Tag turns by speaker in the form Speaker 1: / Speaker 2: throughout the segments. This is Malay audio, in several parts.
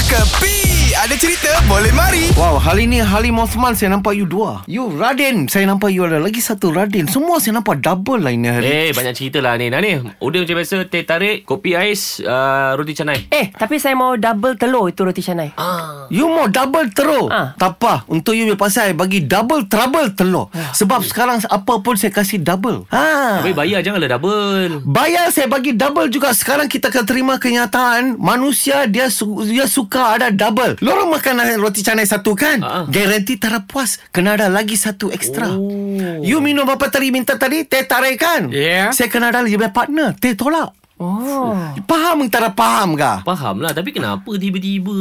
Speaker 1: Kepi Ada cerita boleh mari
Speaker 2: Wow, hari ni Halim Osman saya nampak you dua. You Radin, saya nampak you ada lagi satu Radin. Semua saya nampak double lah ini hari.
Speaker 3: Eh, banyak cerita lah ni. Nah ni, order macam biasa, teh tarik, kopi ais, uh, roti canai.
Speaker 4: Eh, tapi saya mau double telur itu roti canai.
Speaker 2: Ah. You mau double teruk
Speaker 4: Ah.
Speaker 2: Tak apa Untuk you punya pasal I bagi double trouble telur Sebab sekarang Apa pun saya kasih double ha.
Speaker 3: Tapi bayar janganlah double.
Speaker 2: Bayar saya bagi double juga Sekarang kita akan terima kenyataan Manusia dia su- dia suka ada double Lorong makan nasi roti canai satu kan
Speaker 3: Ah.
Speaker 2: Garanti tak ada puas Kena ada lagi satu ekstra oh. You minum apa tadi minta tadi Teh tarik kan
Speaker 3: Yeah.
Speaker 2: Saya kena ada lagi partner Teh tolak
Speaker 4: Oh.
Speaker 2: Faham tak ada faham kah?
Speaker 3: Faham lah, tapi kenapa tiba-tiba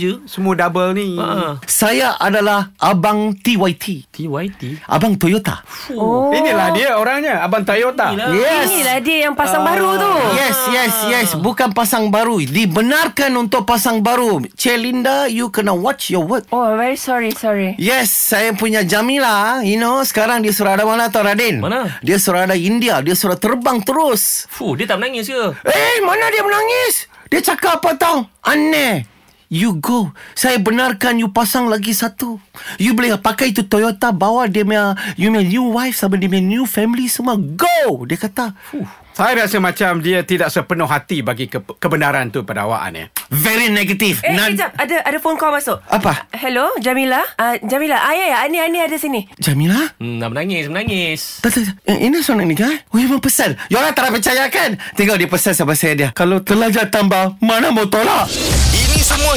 Speaker 3: je?
Speaker 1: Semua double ni
Speaker 3: Ha,
Speaker 2: Saya adalah Abang TYT
Speaker 3: TYT.
Speaker 2: Abang Toyota
Speaker 3: Oh.
Speaker 1: Inilah dia orangnya Abang Toyota
Speaker 3: Inilah.
Speaker 2: Yes Ah,
Speaker 4: Inilah dia yang pasang baru tu.
Speaker 2: Yes, yes, yes. Bukan pasang baru. Dibenarkan untuk pasang baru. Cik Linda, you kena watch your word.
Speaker 4: Oh, very sorry, sorry.
Speaker 2: Yes, saya punya Jamila, you know, sekarang dia suruh ada mana tau Radin?
Speaker 3: Mana?
Speaker 2: Dia suruh ada India, dia suruh terbang terus.
Speaker 3: Fuh, dia tak menangis ke?
Speaker 2: Eh, mana dia menangis? Dia cakap apa tau? Aneh. You go. Saya benarkan you pasang lagi satu. You boleh pakai itu Toyota bawa dia punya, you punya new wife sama dia punya new family semua. Go! Dia kata,
Speaker 1: Saya rasa macam dia tidak sepenuh hati Bagi ke- kebenaran tu pada awak ni
Speaker 2: very negative.
Speaker 4: Eh,
Speaker 2: Nan-
Speaker 4: kejap. Ada ada phone call masuk.
Speaker 2: Apa?
Speaker 4: Hello, Jamila. Uh, Jamila, ah, ya, ya. Ani, Ani ada sini.
Speaker 2: Jamila?
Speaker 3: Hmm, nak menangis, menangis.
Speaker 2: Tak, tak, tak. Eh, Ina seorang nikah eh? Oh, memang pesan. You orang tak nak percaya kan? Tengok dia pesan sama saya dia. Kalau terlanjat tambah, mana mau tolak?
Speaker 1: Ini semua